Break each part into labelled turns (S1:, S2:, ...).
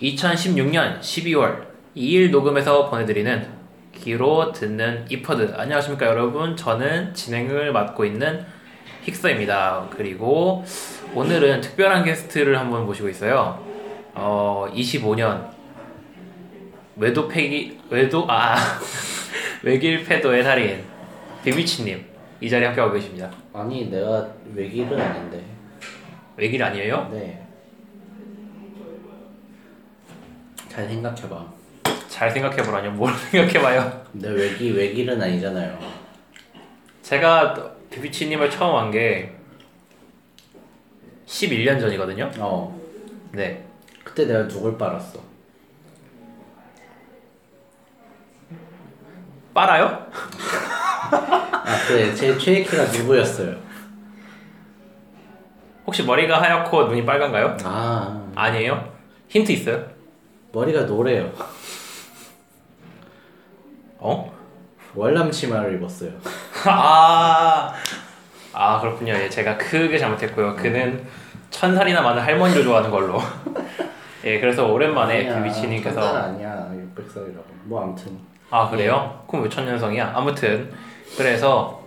S1: 2016년 12월 2일 녹음해서 보내드리는 귀로 듣는 이퍼드 안녕하십니까 여러분 저는 진행을 맡고 있는 힉서입니다 그리고 오늘은 특별한 게스트를 한번 모시고 있어요 어 25년 외도 패기 외도 아 외길 패도의 달인 비비치님 이 자리에 함께하고 계십니다
S2: 아니 내가 외길은 아닌데
S1: 외길 아니에요?
S2: 네. 잘 생각해봐
S1: 잘 생각해보라뇨 뭘 생각해봐요
S2: 내 외기 외길은 아니잖아요
S1: 제가 비비치님을 처음 한 게 11년 전이거든요.
S2: 어
S1: 네.
S2: 그때 내가 누굴 빨았어
S1: 빨아요?
S2: 아 그래 제 최애키가 누구였어요
S1: 혹시 머리가 하얗고 눈이 빨간가요?
S2: 아
S1: 아니에요? 힌트 있어요?
S2: 머리가 노래요
S1: 어?
S2: 월남 치마를 입었어요
S1: 아, 아 그렇군요. 예, 제가 크게 잘못했고요. 그는 천살이나 많은 할머니를 좋아하는 걸로. 예, 그래서 오랜만에
S2: 아니야,
S1: 비비치님께서
S2: 천달 아니야 600살이라고 뭐 암튼
S1: 아 그래요? 그럼 왜 천년성이야? 아무튼 그래서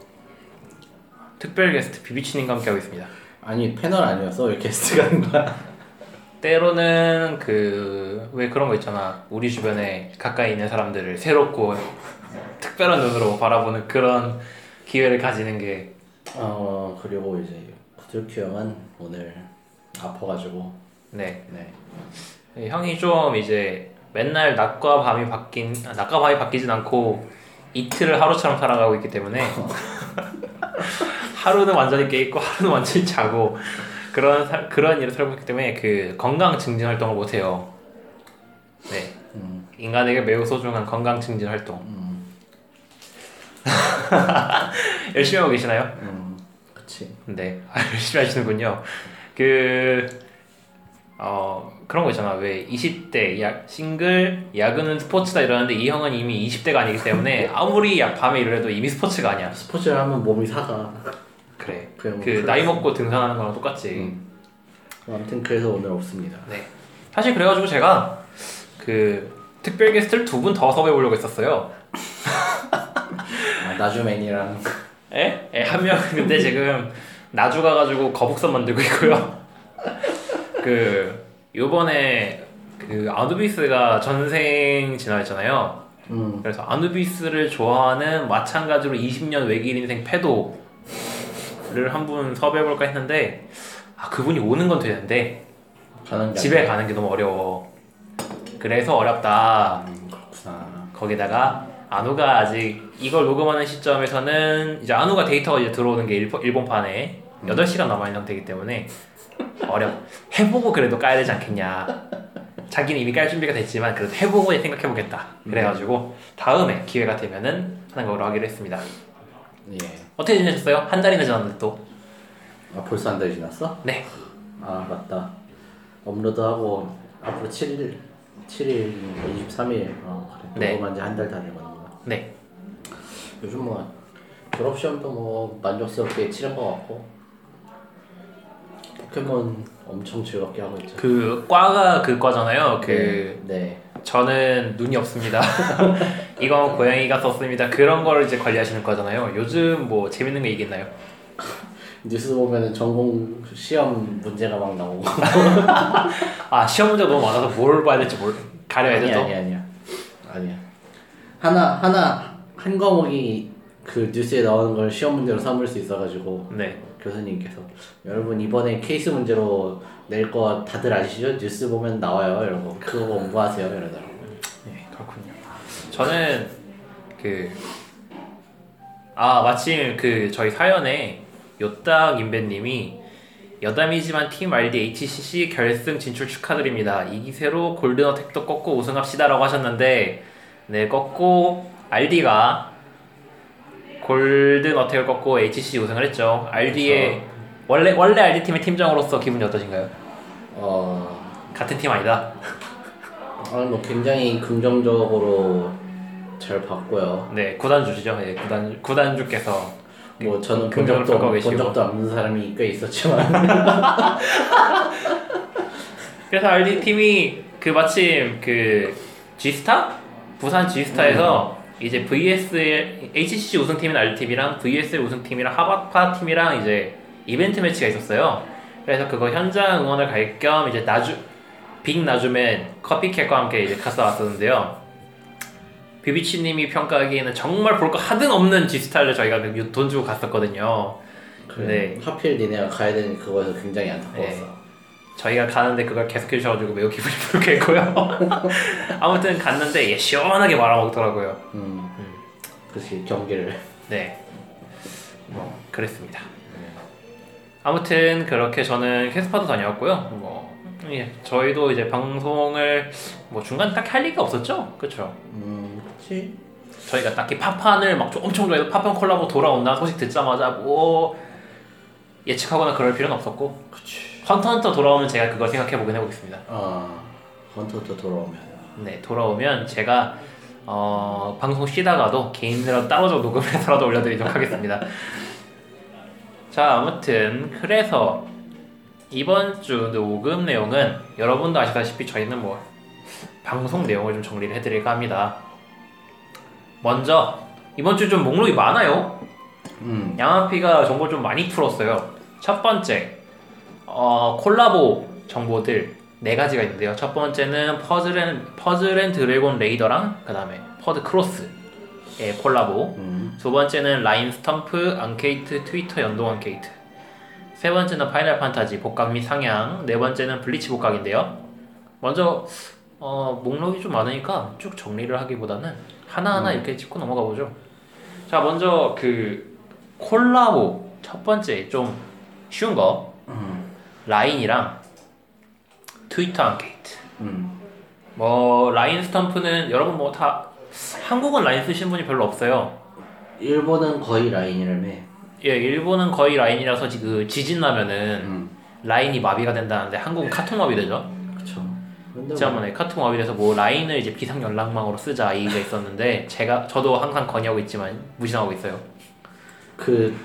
S1: 특별 게스트 비비치님과 함께하고 있습니다.
S2: 아니 패널 아니었어 왜 게스트가 한 거야
S1: 때로는 그 왜 그런 거 있잖아 우리 주변에 가까이 있는 사람들을 새롭고 특별한 눈으로 바라보는 그런 기회를 가지는 게
S2: 어 그리고 이제 구두큐 형은 오늘 아파가지고
S1: 네.
S2: 네
S1: 형이 좀 이제 맨날 낮과 밤이 바뀐 아, 낮과 밤이 바뀌진 않고 이틀을 하루처럼 살아가고 있기 때문에 하루는 완전히 깨 있고 하루는 완전히 자고 그런 사- 그런 일을 살고 있기 때문에 그 건강 증진 활동을 못 해요. 네.
S2: 음.
S1: 인간에게 매우 소중한 건강 증진 활동.
S2: 음,
S1: 열심히 하고 계시나요?
S2: 음, 그치
S1: 네, 아, 열심히 하시는군요. 그, 어, 그런 거 있잖아. 왜 20대, 야, 싱글, 야근은 스포츠다 이러는데 이 형은 이미 20대가 아니기 때문에 아무리 야, 밤에 일해도 이미 스포츠가 아니야.
S2: 스포츠를 하면 몸이 사가
S1: 그래.
S2: 그냥
S1: 그, 나이 먹고 등산하는 거랑 똑같지.
S2: 음. 뭐 아무튼 그래서 오늘 없습니다
S1: 네. 사실 그래가지고 제가 그, 특별 게스트를 두 분 더 섭외해 보려고 했었어요.
S2: 아, 나주맨이랑
S1: 에? 에, 예? 한 명은 근데 지금 나주 가가지고 거북선 만들고 있고요. 그 요번에 그 아누비스가 전생 진화했잖아요.
S2: 음,
S1: 그래서 아누비스를 좋아하는 마찬가지로 20년 외길 인생 패도를 한 분 섭외해볼까 했는데 아 그분이 오는 건 되는데
S2: 가는 게
S1: 집에 가는 게 너무 어려워. 그래서 어렵다.
S2: 아니야. 음, 그렇구나
S1: 거기다가 아누가 아직 이걸 녹음하는 시점에서는 이제 아누가 데이터가 이제 들어오는 게 일본, 일본판에 8시간 남아있는 상태이기 때문에 어려 해보고 그래도 까야 되지 않겠냐 자기는 이미 깔 준비가 됐지만 그래도 해보고 생각해보겠다 그래가지고 다음에 기회가 되면은 하는 걸로 하기로 했습니다
S2: 예.
S1: 어떻게 지내셨어요? 한 달이나 지났는데 또네 네.
S2: 아 벌써 한 달 지났어? 아 맞다 업로드하고 앞으로 7일 7일 23일 어 그래
S1: 네.
S2: 녹음한 지한 달 다 돼가는구나
S1: 네.
S2: 요즘 뭐 졸업시험도 뭐 만족스럽게 치른 것 같고 포켓몬 엄청 즐겁게 하고 있죠
S1: 그 과가 그 과잖아요 그
S2: 네,
S1: 저는 눈이 없습니다. 이건 고양이가 썼습니다. 그런 걸 이제 관리하시는 거잖아요. 요즘 뭐 재밌는 거 있겠나요?
S2: 뉴스 보면은 전공 시험 문제가 막 나오고
S1: 아 시험 문제가 너무 많아서 뭘 봐야 될지 모르 가려야
S2: 아니야
S1: 돼서
S2: 아니야 아니야 아니야 하나 하나 한 과목이 그 뉴스에 나오는 걸 시험 문제로 삼을 수 있어가지고
S1: 네
S2: 교수님께서 여러분 이번에 케이스 문제로 낼 거 다들 아시죠? 뉴스 보면 나와요 이러고 그거 공부하세요 이러더라고
S1: 예, 그렇군요. 저는 그 아 마침 그 저희 사연에 요딱 인배님이 여담이지만 팀 RD HCC 결승 진출 축하드립니다. 이 기세로 골든어택도 꺾고 우승합시다라고 하셨는데 네 꺾고 RD가 골든어택을 꺾고 HCC 우승을 했죠. RD의 원래 원래 RD 팀의 팀장으로서 기분이 어떠신가요?
S2: 어
S1: 같은 팀 아니다.
S2: 오늘 뭐 굉장히 긍정적으로 잘 봤고요
S1: 네 구단주시죠. 예, 구단 구단주께서
S2: 뭐 저는 본
S1: 긍정을
S2: 적도
S1: 평가하고
S2: 본
S1: 계시고.
S2: 적도 없는 사람이 꽤 있었지만
S1: 그래서 RD 팀이 그 그 마침 그 G스타 부산 G스타에서 이제 VS HCC 우승팀인 R팀이랑 VS 우승팀이랑 하바파 팀이랑 이제 이벤트 매치가 있었어요. 그래서 그거 현장 응원을 갈 겸 이제 나주 빅 나주맨 커피캣과 함께 이제 갔다 왔었는데요. 비비치님이 평가하기에는 정말 볼 거 하등 없는 G스타를 저희가 그 돈 주고 갔었거든요.
S2: 그래.
S1: 네.
S2: 하필 니네가 가야 되는 그거에서 굉장히 안타까웠어.
S1: 저희가 가는데 그걸 계속해 주셔가지고 매우 기분이 불쾌했고요. 아무튼 갔는데 예, 시원하게 말아먹더라고요.
S2: 음. 그렇지 경기를.
S1: 네, 뭐 그랬습니다. 아무튼 그렇게 저는 캐스파도 다녀왔고요. 뭐 예, 저희도 이제 방송을 뭐 중간 딱히 할 얘기가 없었죠. 그렇죠.
S2: 음. 그렇지.
S1: 저희가 딱히 팝판을 막 엄청 좋아해서 팝판 콜라보 돌아온다 소식 듣자마자 뭐 예측하거나 그럴 필요는 없었고
S2: 그렇지.
S1: 헌터헌터 돌아오면 제가 그걸 생각해 보긴 해보겠습니다.
S2: 아 헌터도 돌아오면.
S1: 네, 돌아오면 제가 어, 방송 쉬다가도 개인으로 따로적 녹음해서라도 올려드리도록 하겠습니다. 자, 아무튼 그래서 이번 주 녹음 내용은 여러분도 아시다시피 저희는 뭐 방송 내용을 좀 정리를 해드릴까 합니다. 먼저 이번 주 좀 목록이 많아요.
S2: 음.
S1: 양아피가 정보를 좀 많이 풀었어요. 첫 번째, 어, 콜라보 정보들 네 가지가 있는데요. 첫 번째는 퍼즐 앤, 퍼즐 앤 드래곤 레이더랑 그 다음에 퍼드 크로스의 콜라보.
S2: 음.
S1: 두 번째는 라인 스탬프, 앙케이트, 트위터 연동 앙케이트. 세 번째는 파이널 판타지, 복각 및 상향. 네 번째는 블리치 복각인데요. 먼저, 어, 목록이 좀 많으니까 쭉 정리를 하기보다는 하나하나 이렇게 짚고 넘어가 보죠. 자, 먼저 그 콜라보. 첫 번째 좀 쉬운 거.
S2: 음.
S1: 라인이랑 트위터 앙케이트.
S2: 음.
S1: 뭐, 라인 스탬프는 여러분 뭐 다, 한국은 라인 쓰신 분이 별로 없어요.
S2: 일본은 거의 라인이라며.
S1: 예, 일본은 거의 라인이라서 지- 그 지진 나면은
S2: 음.
S1: 라인이 마비가 된다는데 한국은 카톡 마비 되죠.
S2: 그렇죠.
S1: 네.
S2: 근데 뭐,
S1: 지난번에 카톡 마비 돼서 뭐 라인을 이제 비상 연락망으로 쓰자 이 얘기가 있었는데 제가 저도 항상 건의하고 있지만 무시하고 있어요.
S2: 그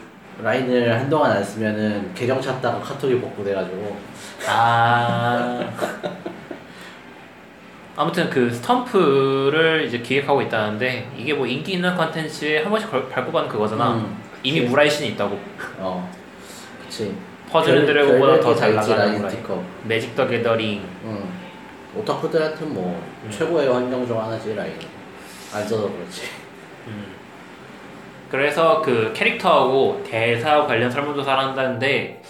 S2: 라인을 한동안 안 쓰면은 계정 찾다가 카톡이 복구돼가지고.
S1: 아. 아무튼 그 스탬프를 이제 기획하고 있다는데 이게 뭐 인기 있는 컨텐츠에 한 번씩 걸- 밟고 가는 그거잖아.
S2: 음.
S1: 이미 무라이 신이 있다고.
S2: 어. 그렇지.
S1: 퍼즐 앤 드래곤보다 더 잘 나가는
S2: 라인
S1: 무라이.
S2: 스티커.
S1: 매직 더 게더링.
S2: 응. 오타쿠들한테는 뭐
S1: 음.
S2: 최고의 환경 중 하나지 라인. 안 써서 그렇지.
S1: 그래서 그 캐릭터하고 대사 관련 설문조사를 한다는데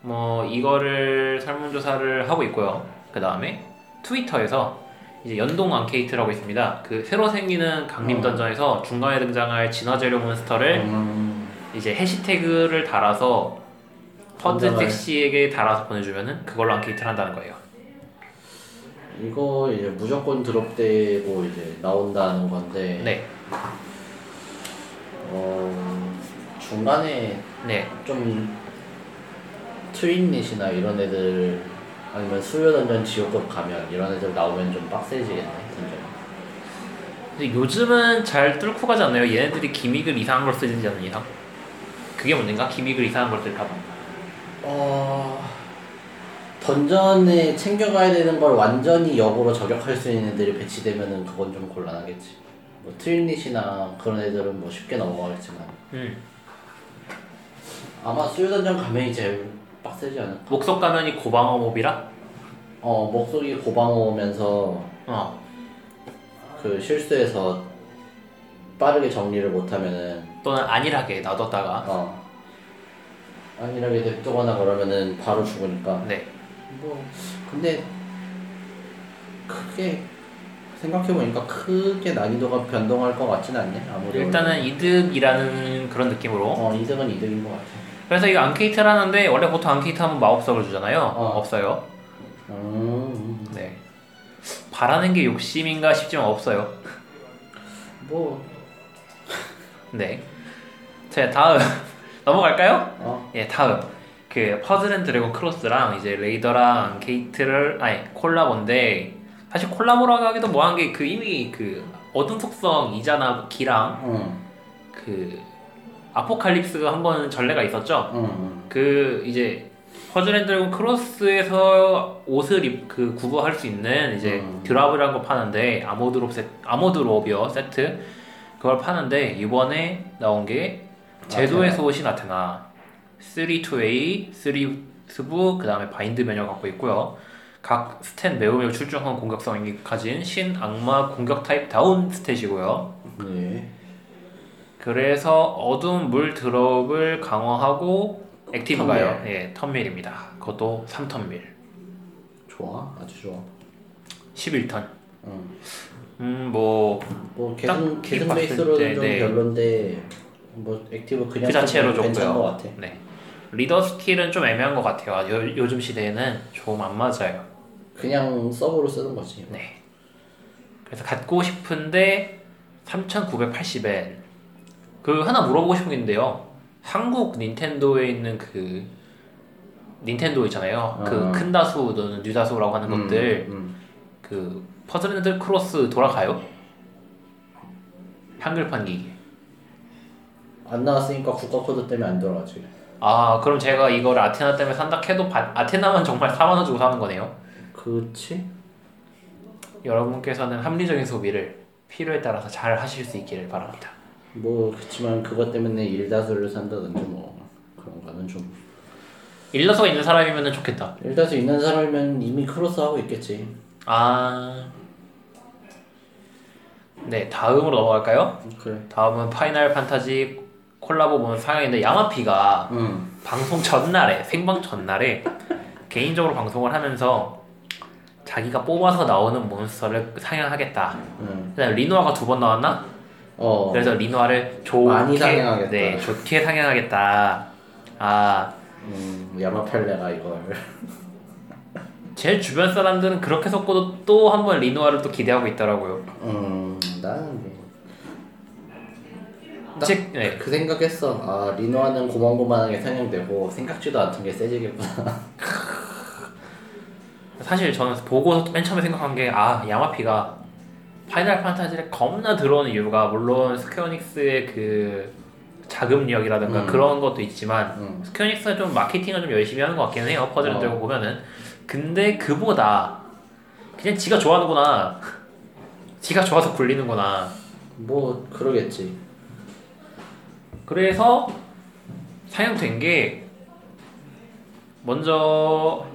S1: 뭐 이거를 설문조사를 하고 있고요. 그 다음에 트위터에서 이제 연동 앙케이트라고 있습니다. 그 새로 생기는 강림
S2: 어.
S1: 던전에서 중간에 등장할 진화 재료 몬스터를
S2: 음.
S1: 이제 해시태그를 달아서 퍼드
S2: 정말.
S1: 섹시에게 달아서 보내주면은 그걸로 앙케이트를 한다는 거예요.
S2: 이거 이제 무조건 드롭되고 이제 나온다는 건데
S1: 네,
S2: 어, 중간에
S1: 네,
S2: 좀 트윈닛이나 이런 애들 아니면 수요 던전 지옥급 가면 이런 애들 나오면 좀 빡세지겠네 던전.
S1: 근데 요즘은 잘 뚫고 가지 않나요? 얘네들이 기믹을 이상한 걸 쓰지 않는 이상? 그게 문제인가? 기믹을 이상한 걸 쓸까봐?
S2: 어 던전에 챙겨가야 되는 걸 완전히 역으로 저격할 수 있는 애들이 배치되면은 그건 좀 곤란하겠지. 뭐 트윈닛이나 그런 애들은 뭐 쉽게 넘어가겠지만
S1: 음.
S2: 아마 수요 던전 가면이 제일 빡세지 않을까.
S1: 목석 가면이 고방어 몹이라?
S2: 어 목소리 고방오면서
S1: 어.
S2: 그 실수해서 빠르게 정리를 못하면은
S1: 또는 안일하게 놔뒀다가.
S2: 어 안일하게 냅두거나 그러면은 바로 죽으니까
S1: 네.
S2: 뭐 근데 크게 생각해보니까 크게 난이도가 변동할 것 같진 않네 아무래도
S1: 일단은 뭐? 이득이라는 그런 느낌으로.
S2: 어 이득은 이득인 것 같아
S1: 그래서 이거 앙케이트를 하는데, 원래 보통 앙케이트 하면 마법석을 주잖아요.
S2: 어.
S1: 없어요.
S2: 음뭐
S1: 네. 바라는 게 욕심인가 싶지만 없어요.
S2: 뭐,
S1: 네. 자, 다음. 넘어갈까요?
S2: 어?
S1: 예, 다음 그 퍼즐 앤 드래곤 크로스랑 이제 레이더랑 게이트를 아니 콜라보인데 사실 콜라보라고 하기도 뭐한 게 그 이미 그 어둠 속성 이자나 뭐 기랑
S2: 응,
S1: 그 아포칼립스가 한 번 전례가 있었죠.
S2: 응, 응.
S1: 그 이제 퍼즐 앤 드래곤 크로스에서 옷을 입, 그 구부할 수 있는 이제
S2: 음.
S1: 드랍이라는 거 파는데 아모드롭 세 아모드롭이요 세트 그걸 파는데 이번에 나온 게 제도에서 오신 아테나 3-2A, 3스부 그 다음에 바인드 매뉴 갖고 있고요 각 스탯 매우 매우 출중한 공격성이 가진 신 악마 공격 타입 다운 스탯이고요
S2: 네.
S1: 그래서 어두운 물 드롭을 강화하고 액티브가요. 예, 턴밀입니다. 그것도 3턴밀.
S2: 좋아. 아주 좋아.
S1: 11턴.
S2: 응.
S1: 음, 뭐
S2: 뭐
S1: 딱
S2: 계승 계승
S1: 봤을 때,
S2: 베이스로는 좀
S1: 네.
S2: 별론데 뭐 액티브 그냥
S1: 그 자체로
S2: 써도 괜찮은 것
S1: 좋고요.
S2: 같아.
S1: 네. 리더 스킬은 좀 애매한 것 같아요. 요, 요즘 시대에는 좀 안 맞아요.
S2: 그냥 서브로 쓰는 거지.
S1: 네. 그래서 갖고 싶은데 3,980엔. 그 하나 물어보고 싶은 게 있는데요. 한국 닌텐도에 있는 그 닌텐도 있잖아요. 그
S2: 어.
S1: 큰 다수 또는 뉴다수라고 하는
S2: 음,
S1: 것들
S2: 음.
S1: 그 퍼즐랜드 크로스 돌아가요? 한글판 기기.
S2: 안 나왔으니까 국가 코드 때문에 안 돌아가지.
S1: 아 그럼 제가 이걸 아테나 때문에 산다 해도 바- 아테나만 정말 4만 원 주고 사는 거네요.
S2: 그렇지?
S1: 여러분께서는 합리적인 소비를 필요에 따라서 잘 하실 수 있기를 바랍니다.
S2: 뭐 그렇지만 그것 때문에 일다수를 산다든지 뭐 그런 거는 좀
S1: 일러서가 있는 사람이면 좋겠다.
S2: 일다수 있는 사람이면 이미 크로스 하고 있겠지.
S1: 아. 네 다음으로 넘어갈까요?
S2: 그래.
S1: 다음은 파이널 판타지 콜라보 본 상영인데 야마피가
S2: 응.
S1: 방송 전날에 생방 전날에 개인적으로 방송을 하면서 자기가 뽑아서 나오는 몬스터를 상영하겠다.
S2: 응.
S1: 그다음 리노아가 두 번 나왔나?
S2: 어.
S1: 그래서 리노아를 좋게
S2: 많이 상영하겠다.
S1: 네, 좋게 상영하겠다. 아,
S2: 음, 야마펠레가 이걸.
S1: 제 주변 사람들은 그렇게 섞고도 또 한 번 리노아를 또 기대하고 있더라고요.
S2: 음, 나는 뭐. 나-
S1: 즉, 네.
S2: 그 생각했어. 아, 리노아는 고만고만하게 상영되고 생각지도 않던 게 세지겠구나.
S1: 사실 저는 보고서 맨 처음에 생각한 게 아, 야마피가 파이널 판타지를 겁나 들어오는 이유가 물론 스퀘어닉스의 그 자금력이라든가
S2: 음.
S1: 그런 것도 있지만
S2: 음.
S1: 스퀘어닉스가 좀 마케팅을 좀 열심히 하는 것 같긴 해요. 퍼즐을
S2: 어.
S1: 들고 보면은. 근데 그보다 그냥 지가 좋아하는구나. 지가 좋아서 굴리는구나.
S2: 뭐 그러겠지.
S1: 그래서 사용된 게 먼저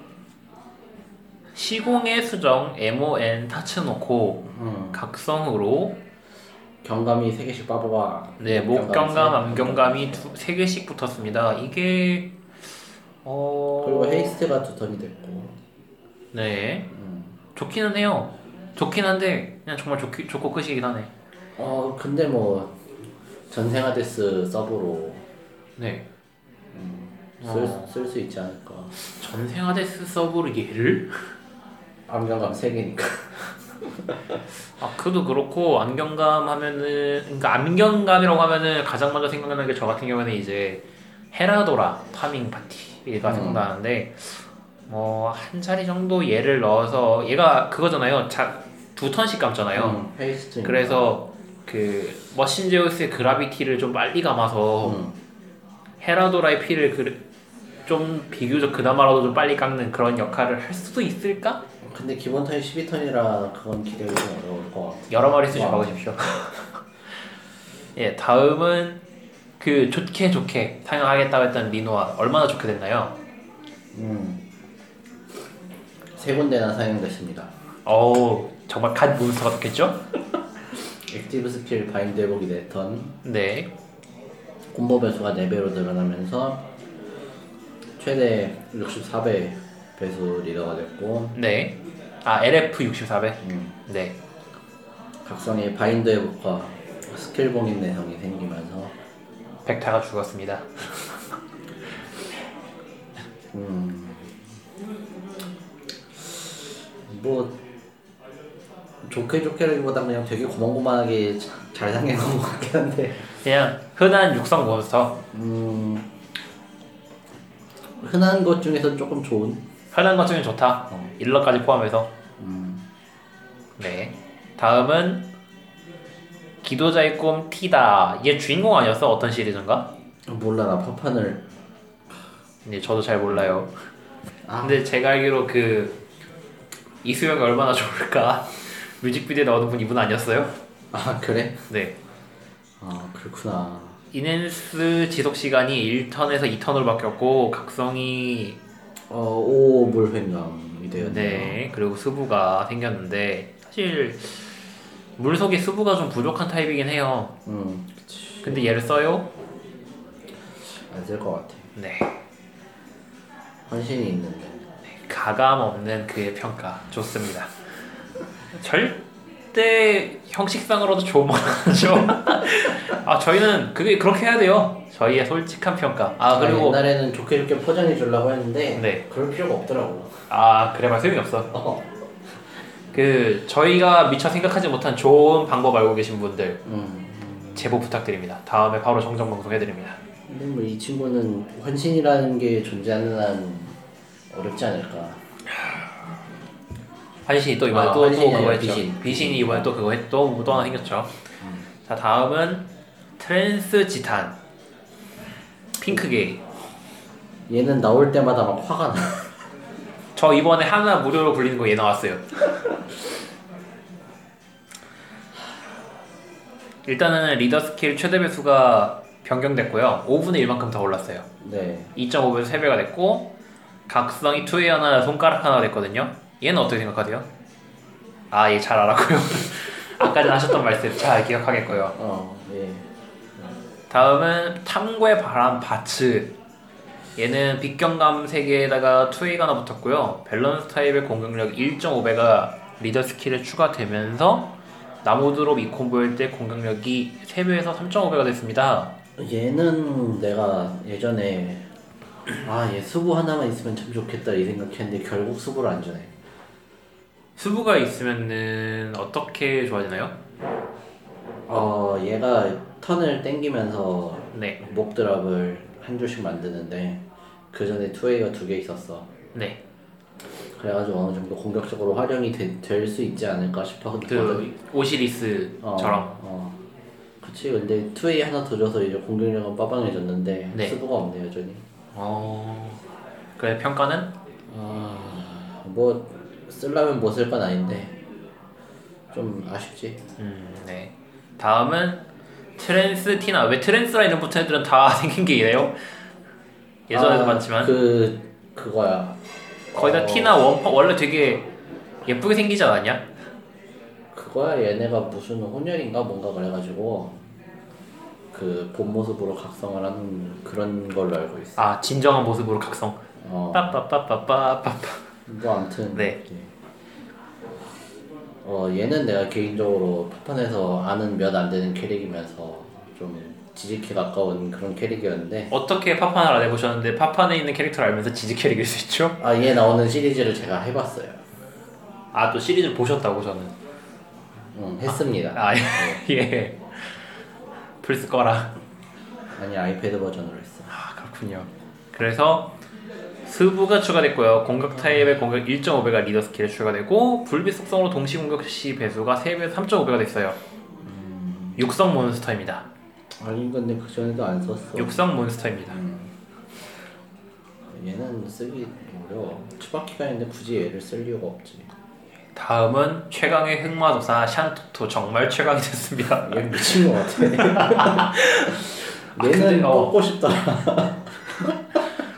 S1: 시공의 수정 MON 타츠노코
S2: 음.
S1: 각성으로
S2: 경감이 세 개씩 뭐 빠봐봐.
S1: 네, 목경감, 암경감이 두, 세 개씩 붙었습니다. 이게 어
S2: 그리고 헤이스트가 두 턴이 됐고.
S1: 네.
S2: 음.
S1: 좋기는 해요. 좋긴 한데 그냥 정말 좋기, 좋고 끝이긴 하네.
S2: 어, 근데 뭐 전생아데스 서브로
S1: 네.
S2: 음.
S1: 어.
S2: 쓸 수 있지 않을까.
S1: 전생아데스 서브로 얘를?
S2: 암경감 세 개니까.
S1: 아 그도 그렇고 안경감 하면은 그러니까 안경감이라고 하면은 가장 먼저 생각나는 게 저 같은 경우에는 이제 헤라도라 파밍 파티가
S2: 음.
S1: 생각나는데 뭐한 자리 정도 얘를 넣어서 얘가 그거잖아요. 자 두 턴씩 감잖아요.
S2: 음, 헤이스트.
S1: 그래서 그 머신 제우스의 그라비티를 좀 빨리 감아서 헤라도라의 피를 그, 좀 비교적 그나마라도 좀 빨리 깎는 그런 역할을 할 수도 있을까?
S2: 근데 기본 턴이 12턴이라 그건 기대하기 좀 어려울 것 같아.
S1: 여러 마리 수지
S2: 와.
S1: 박으십시오. 예, 다음은 그 좋게 좋게 상영하겠다고 했던 리노아 얼마나 좋게 됐나요?
S2: 음. 세 군데나 사용됐습니다.
S1: 어우 정말 갓 몬스터가 됐겠죠?
S2: 액티브 스킬 바인드 회복이 4턴,
S1: 네,
S2: 콤보 배수가 4배로 늘어나면서 최대 64배 배수 리더가 됐고
S1: 네. 아 LF 64배.
S2: 음.
S1: 네,
S2: 각성의 바인드 회복과 스킬 봉인 내성이 생기면서
S1: 백타가 죽었습니다.
S2: 음. 뭐 좋게 좋게라기보다 그냥 되게 고만고만하게 자- 잘 생긴 것 같긴 한데
S1: 그냥 흔한 육성 몬스터,
S2: 음, 흔한 것 중에서 조금 좋은
S1: 흔한 것 중에 좋다.
S2: 어.
S1: 일러까지 포함해서.
S2: 음,
S1: 네. 다음은 기도자의 꿈 티다. 얘 주인공 아니었어? 어떤 시리즈인가?
S2: 몰라 나 파판을
S1: 네, 저도 잘 몰라요.
S2: 아.
S1: 근데 제가 알기로 그 이수영이 얼마나 좋을까 뮤직비디오에 나오는 분 이분 아니었어요?
S2: 아 그래?
S1: 네.
S2: 아 그렇구나.
S1: 이넨스 지속 시간이 1턴에서 2턴으로 바뀌었고 각성이
S2: 어 오물횡강이 되었네요.
S1: 네 그리고 수부가 생겼는데 사실 물속에 수부가 좀 부족한 타입이긴 해요.
S2: 음
S1: 근데 얘를 써요?
S2: 안될것 같아.
S1: 네.
S2: 헌신이 있는데.
S1: 가감 없는 그의 평가 좋습니다. 절대 형식상으로도 좋은 건 아니죠. 아 저희는 그게 그렇게 해야 돼요. 저희의 솔직한 평가. 아 그리고
S2: 옛날에는 좋게 좋게 포장해 주려고 했는데
S1: 네.
S2: 그럴 필요가 없더라고.
S1: 아 그래 말 소용이 없어.
S2: 어.
S1: 그 저희가 미처 생각하지 못한 좋은 방법 알고 계신 분들
S2: 음.
S1: 제보 부탁드립니다. 다음에 바로 정정 방송해드립니다.
S2: 근데 뭐 이 친구는 헌신이라는 게 존재하는 한 어렵지 않을까.
S1: 한신이 또 이번에
S2: 아,
S1: 또, 또
S2: 한신이
S1: 그거
S2: 아니라
S1: 했죠.
S2: 비신. 음.
S1: 비신. 이 이번에 또 그거 했또 또 하나 생겼죠. 자 다음은 트랜스지탄 핑크게이.
S2: 얘는 나올 때마다 막 화가 나.
S1: 저 이번에 하나 무료로 굴리는 거 얘 나왔어요. 일단은 리더 스킬 최대 배수가 변경됐고요. 5분의 1만큼 더 올랐어요.
S2: 네.
S1: 2.5배에서 3배가 됐고 각성이 2에 하나 손가락 하나 됐거든요. 얘는 어떻게 생각하세요? 아, 얘 잘 알았고요. 아까 전 하셨던 말씀 잘 기억하겠고요.
S2: 어 예.
S1: 다음은 탐구의 바람 바츠 얘는 빛경감 3개에다가 투웨이가 하나 붙었고요 밸런스 타입의 공격력 1.5배가 리더 스킬에 추가되면서 나무드롭 이 콤보일 때 공격력이 3배에서 3.5배가 됐습니다
S2: 얘는 내가 예전에 아 얘 수부 하나만 있으면 참 좋겠다 이 생각했는데 결국 수부를 안 주네.
S1: 수부가 있으면은 어떻게 좋아지나요?
S2: 어 얘가 턴을 땡기면서
S1: 네,
S2: 목드랍을 한 줄씩 만드는데 그 전에 투웨이가 두 개 있었어.
S1: 네.
S2: 그래가지고 어느 정도 공격적으로 활용이 될 수 있지 않을까 싶었거든.
S1: 그 오시리스처럼
S2: 어, 어. 그치 근데 투웨이 하나 더 줘서 이제 공격력은 빠방해졌는데
S1: 네.
S2: 수부가 없네 여전히.
S1: 어... 그래 평가는?
S2: 아, 뭐 쓸라면 뭐 쓸 건 아닌데 좀 아쉽지.
S1: 음, 네. 다음은 트랜스 티나. 왜 트랜스라 이름 붙은 애들은 다 생긴 게 이래요? 예전에도
S2: 아,
S1: 봤지만
S2: 그 그거야.
S1: 거의 다
S2: 어,
S1: 티나 원펀 원래 되게 예쁘게 생기지 않았냐?
S2: 그거야 얘네가 무슨 혼혈인가 뭔가 그래가지고 그 본 모습으로 각성을 하는 그런 걸로 알고 있어.
S1: 아 진정한 모습으로 각성.
S2: 어,
S1: 빠빠빠빠빠빠.
S2: 뭐 아무튼.
S1: 네.
S2: 예. 어 얘는 내가 개인적으로 파판에서 아는 몇 안 되는 캐릭이면서 좀 지지키 가까운 그런 캐릭이었는데
S1: 어떻게 파판을 안 해보셨는데 파판에 있는 캐릭터를 알면서 지지 캐릭일 수 있죠?
S2: 아 얘 나오는 시리즈를 제가 해봤어요.
S1: 아 또 시리즈 를 보셨다고 저는.
S2: 응, 했습니다.
S1: 아
S2: 네.
S1: 예. 플스 꺼라.
S2: 아니 아이패드 버전으로 했어.
S1: 아 그렇군요. 그래서 스부가 추가됐고요. 공격 타입의 공격 1.5배가 리더 스킬에 추가되고 불빛 속성으로 동시 공격 시 배수가 3배 3.5배가 됐어요.
S2: 음.
S1: 육성 몬스터입니다.
S2: 아니 근데 그 전에도 안 썼어.
S1: 육성 몬스터입니다.
S2: 얘는 쓰기 어려워. 추바키가 있는데 굳이 얘를 쓸 이유가 없지.
S1: 다음은 최강의 흑마도사 샨토토 정말 최강이 됐습니다.
S2: 얘 미친 것 같아.
S1: 아,
S2: 얘는
S1: 근데, 어.
S2: 먹고 싶다.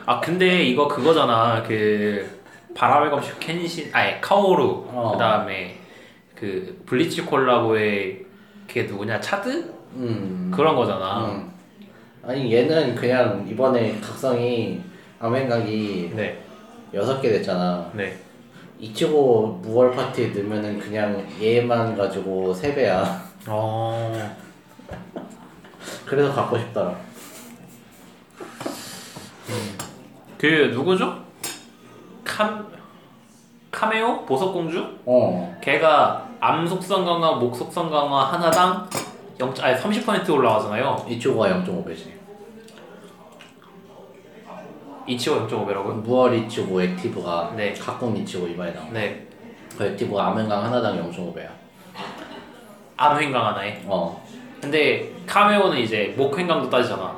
S1: 아 근데 이거 그거잖아. 그 바람의 검식 켄신 아니 카오루
S2: 어.
S1: 그다음에 그 블리치 콜라보의 걔 누구냐 차드
S2: 음.
S1: 그런 거잖아.
S2: 음. 아니 얘는 그냥 이번에 각성이 암행각이
S1: 네.
S2: 여섯 개 됐잖아.
S1: 네.
S2: 이치고 무월 파티에 넣으면은 그냥 얘만 가지고 세 배야.
S1: 어.
S2: 그래서 갖고 싶더라.
S1: 그 누구죠? 캄 카메오 보석 공주?
S2: 어.
S1: 걔가 암 속성 강화, 목 속성 강화 하나당 0. 아니 30% 올라가잖아요.
S2: 이치고가 0.5배지.
S1: 이치오 0.5배라고요?
S2: 무월 이치고 액티브가
S1: 네.
S2: 각공 이치고 이번에 나온.
S1: 네.
S2: 그 액티브가 암행강 하나당 0.5배야.
S1: 암 횡강 하나에.
S2: 어.
S1: 근데 카메오는 이제 목 횡강도 따지잖아.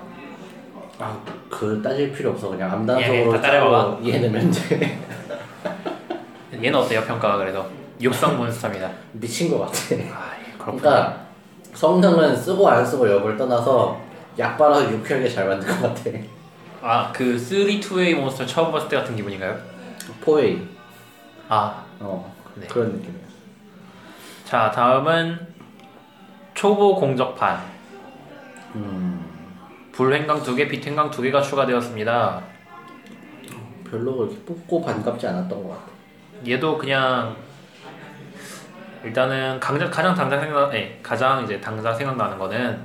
S2: 그 따질 필요 없어 그냥
S1: 예, 다
S2: 암단속으로
S1: 따라와.
S2: 따로 이해내면 돼
S1: 얘는 어때요 평가가 그래도 육성 몬스터입니다.
S2: 미친 것 같아
S1: 아 예, 그렇군요.
S2: 그러니까 성능은 쓰고 안 쓰고 여부를 떠나서 약 빨아서 유쾌하게 잘 만든 것 같아
S1: 아그 3-2A 몬스터 처음 봤을 때 같은 기분인가요?
S2: 포웨이
S1: 아
S2: 어
S1: 네.
S2: 그런 느낌이야
S1: 자 다음은 초보 공적판
S2: 음
S1: 불행강 두개 빛행강 두 개가 추가되었습니다.
S2: 별로 그렇게 뽑고 반갑지 않았던 것 같아
S1: 얘도 그냥 일단은 강자, 가장 당장 생각 네, 가장 이제 당장 생각나는 거는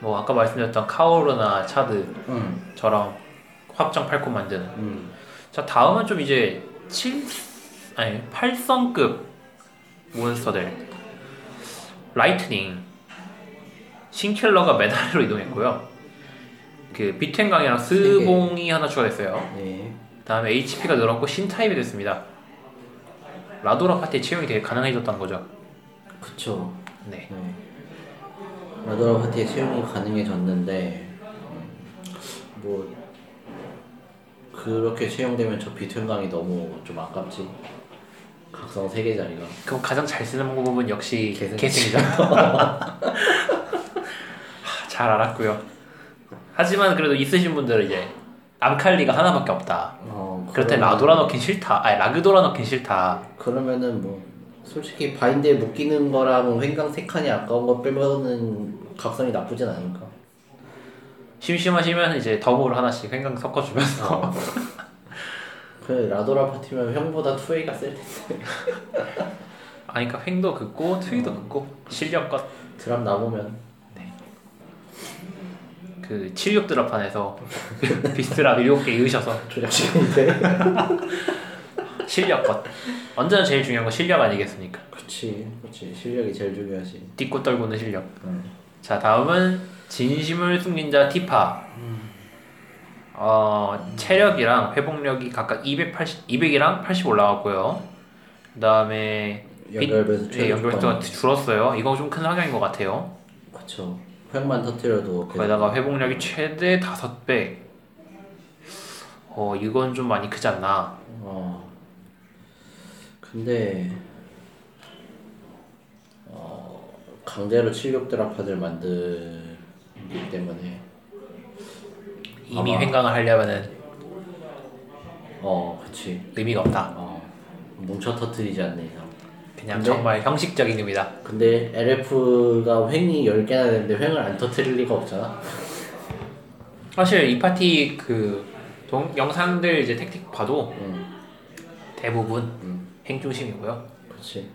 S1: 뭐 아까 말씀드렸던 카오르나 차드처럼
S2: 음,
S1: 확정 8코 만드는
S2: 음.
S1: 자 다음은 좀 이제 7 아니 8성급 몬스터들 라이트닝 신킬러가 메달로 이동했고요 그 비텐강이랑 스봉이 하나 추가됐어요
S2: 네
S1: 다음에 HP가 늘었고 신타입이 됐습니다. 라도라 파티의 채용이 되게 가능해졌다는 거죠.
S2: 그쵸
S1: 네.
S2: 네. 라더라 파티의 채용이 가능해졌는데 음, 뭐 그렇게 채용되면 저 비틀강이 너무 좀 아깝지 각성 세개자리가
S1: 그럼 가장 잘 쓰는 방법은 역시
S2: 계승.
S1: 계승이죠. 하, 잘 알았고요. 하지만 그래도 있으신 분들은 이제 암칼리가 하나밖에 없다.
S2: 어,
S1: 그렇다
S2: 그러면-
S1: 라도라 넣긴 싫다. 아니 라그도라 넣긴 싫다.
S2: 그러면은 뭐 솔직히 바인드에 묶이는 거랑 횡강 세 칸이 아까운 거 빼면은 각성이 나쁘진 않으니까
S1: 심심하시면 이제 더블 하나씩 횡강 섞어주면서
S2: 어. 그 라도라 파티면 형보다 투웨이가 셀 텐데
S1: 아니 그러니까 횡도 긋고 트위도 긋고 실력껏
S2: 드랍 나보면
S1: 그 76 드랍판에서 그 비스트랍 7개 이으셔서
S2: 조작 시간인데
S1: 실력껏 언제나 제일 중요한 건 실력 아니겠습니까?
S2: 그치 그치 실력이 제일 중요하지
S1: 딛고 떨고는 실력.
S2: 응.
S1: 자 다음은 진심을 숨긴 자 티파. 어 체력이랑 회복력이 각각 280, 200이랑 80 올라왔고요. 그다음에
S2: 연결 배수
S1: 예, 연결수가 줄었어요. 이거 좀 큰 상향인 것 같아요.
S2: 그쵸 횡만 터트려도
S1: 거기다가 회복력이 최대 5배. 어 이건 좀 많이 크지 않나.
S2: 어 근데 어 강제로 76 드랍판을 만들기 때문에
S1: 이미
S2: 아마.
S1: 횡강을 하려면은
S2: 어 그치
S1: 의미가 없다.
S2: 어 뭉쳐 터트리지 않는 이상
S1: 그냥
S2: 근데-
S1: 정말 형식적인 의미다.
S2: 근데 LF가 횡이 10개나 되는데 횡을 안 터트릴 리가 없잖아
S1: 사실 이 파티 그 동, 영상들 이제 택틱 봐도
S2: 응
S1: 대부분
S2: 음.
S1: 행중심이고요.
S2: 그치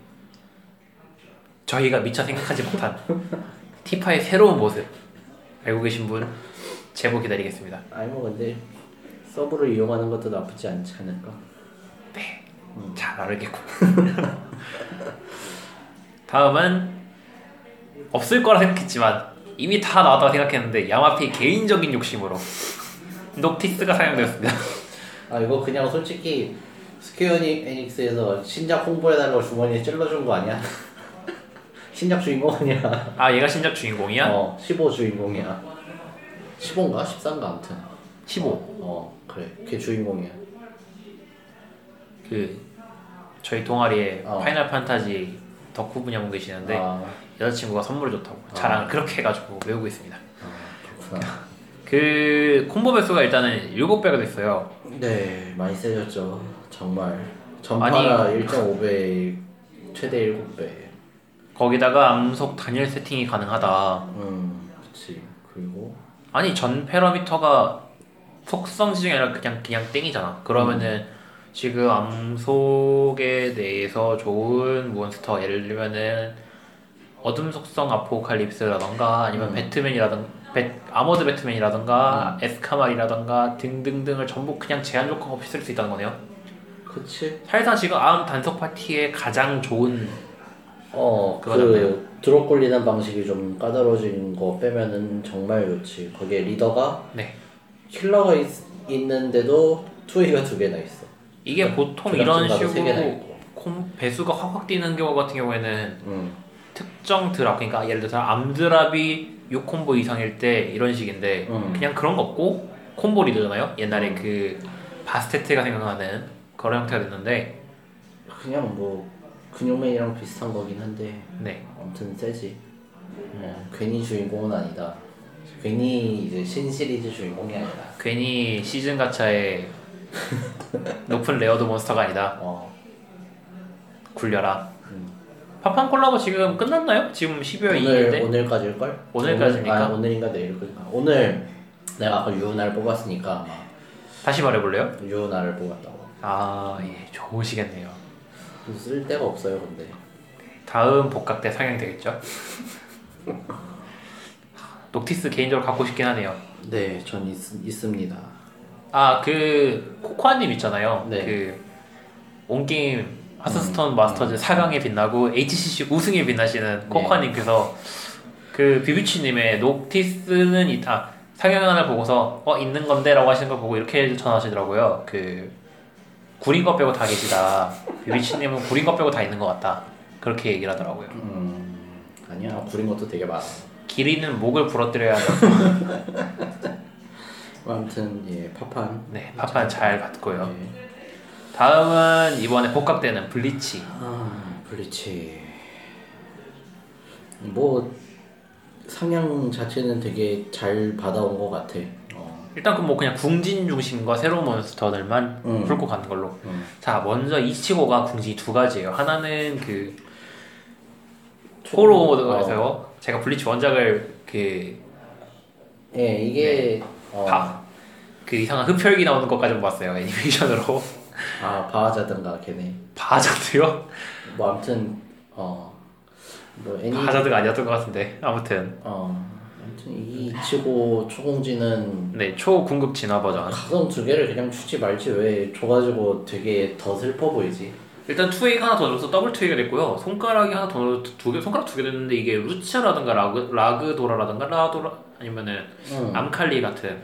S1: 저희가 미처 생각하지 못한 티파의 새로운 모습 알고 계신 분 제보 기다리겠습니다.
S2: 아니 뭐 근데 서브를 이용하는 것도 나쁘지 않지 않을까
S1: 네, 잘 알겠고. 다음은 없을 거라 생각했지만 이미 다 나왔다고 생각했는데 야마피 개인적인 욕심으로 녹티스가 사용되었습니다.
S2: 아 이거 그냥 솔직히 스퀘어 에닉스에서 신작 홍보해달라고 주머니에 찔러준 거 아니야? 신작 주인공 아니야?
S1: 아 얘가 신작 주인공이야?
S2: 어, 15 주인공이야. 15인가? 13인가 아무튼.
S1: 15.
S2: 어, 그래. 걔 주인공이야.
S1: 그 저희 동아리에
S2: 어.
S1: 파이널 판타지 덕후 분이 한 분 계시는데
S2: 아,
S1: 여자친구가 선물 줬다고 자랑 그렇게 해가지고 외우고 있습니다.
S2: 아, 그렇구나.
S1: 그 콤보 배수가 일단은 7배가 됐어요.
S2: 네, 많이 세졌죠. 정말. 전파라 1.5배, 최대 7배.
S1: 거기다가 암석 단일 세팅이 가능하다.
S2: 음, 그치. 그리고
S1: 아니 전 패러미터가 속성 지정이 아니라 그냥 그냥 땡이잖아. 그러면은 지금 암속에 대해서 좋은 몬스터 예를 들면은 어둠 속성 아포칼립스라던가 아니면
S2: 음.
S1: 배트맨이라던가 배, 아머드 배트맨이라던가 에스카말이라던가 등등등을 전부 그냥 제한 조건 없이 쓸 수 있다는 거네요.
S2: 그치?
S1: 사실상 지금 암 단속 파티의 가장 좋은
S2: 어,
S1: 그거 잡네요.
S2: 그 드롭 굴리는 방식이 좀 까다로워진 거 빼면은 정말 좋지. 거기에 리더가
S1: 네
S2: 킬러가 있, 있는데도 투웨이가 두 개나 있어.
S1: 이게 보통 이런
S2: 드랍진가도 세 개나
S1: 식으로
S2: 있고.
S1: 콤- 배수가 확 확 뛰는 경우 같은 경우에는
S2: 음,
S1: 특정 드랍 그러니까 예를 들어서 암드랍이 6콤보 이상일 때 이런 식인데
S2: 음.
S1: 그냥 그런 거 없고 콤보리드잖아요. 옛날에 그 바스테트가 생각나는 그런 형태가 됐는데
S2: 그냥 뭐 근육맨이랑 비슷한 거긴 한데
S1: 네
S2: 아무튼 세지. 어, 괜히 주인공은 아니다. 괜히 이제 신 시리즈 주인공이 아니다.
S1: 괜히 시즌 가차에 높은 레어드 몬스터가 아니다.
S2: 어,
S1: 굴려라.
S2: 음.
S1: 파판 콜라보 지금 끝났나요? 지금 12월 2일인데
S2: 오늘 오늘까지일 걸?
S1: 오늘까지니까?
S2: 오늘, 아, 오늘인가 내일 거니까. 오늘 내가 아까 유은아를 뽑았으니까 아마
S1: 다시 말해볼래요?
S2: 유은아를 뽑았다고.
S1: 아, 예, 좋으시겠네요.
S2: 쓸 데가 없어요, 근데.
S1: 다음 복각 때 상향 되겠죠? 녹티스 개인적으로 갖고 싶긴 하네요.
S2: 네, 전 있, 있습니다.
S1: 아, 그 코코아님 있잖아요.
S2: 네.
S1: 그 온게임 하스스톤 마스터즈 4강에 빛나고 HCC 우승에 빛나시는 코코아님께서 그 비비치님의 녹티스는 이, 아 상영하나 보고서 어 있는 건데라고 하시는 걸 보고 이렇게 전하시더라고요. 그 구린 것 빼고 다 계시다. 비비치님은 구린 것 빼고 다 있는 것 같다. 그렇게 얘기를 하더라고요.
S2: 음, 아니야, 구린 것도 되게 많아.
S1: 길이는 목을 부러뜨려야 한다.
S2: 아무튼 예, 파판.
S1: 네, 파판 잘 봤고요.
S2: 예.
S1: 다음은 이번에 복각되는 블리치.
S2: 아, 블리치. 뭐 상향 자체는 되게 잘 받아온 것 같아. 어.
S1: 일단 그럼 뭐 그냥 궁진 중심과 새로운 몬스터들만
S2: 음.
S1: 풀고 가는 걸로.
S2: 음.
S1: 자, 먼저 이치고가 궁진이 두 가지예요. 하나는 그
S2: 어.
S1: 호로에서 제가 블리치 원작을 그,
S2: 예, 이게 어,
S1: 바, 그 이상한 흡혈기 나오는 것까지 봤어요. 애니메이션으로.
S2: 아 바하자든가 걔네.
S1: 바자드요?
S2: 뭐 아무튼 어, 뭐 애니
S1: 바자드가 아니었던 것 같은데. 아무튼.
S2: 어, 아무튼 이 이치고 초공지는
S1: 네, 초궁극 진화 버전.
S2: 아, 가성 두 개를 그냥 주지 말지 왜 줘가지고 되게 더 슬퍼 보이지?
S1: 일단 투웨이가 하나 더 넣어서 더블 투웨이가 됐고요. 손가락이 하나 더 넣어서 두 개, 손가락 두 개 됐는데 이게 루치아라든가 라그, 라그도라라든가 라도라 아니면은
S2: 응.
S1: 암칼리 같은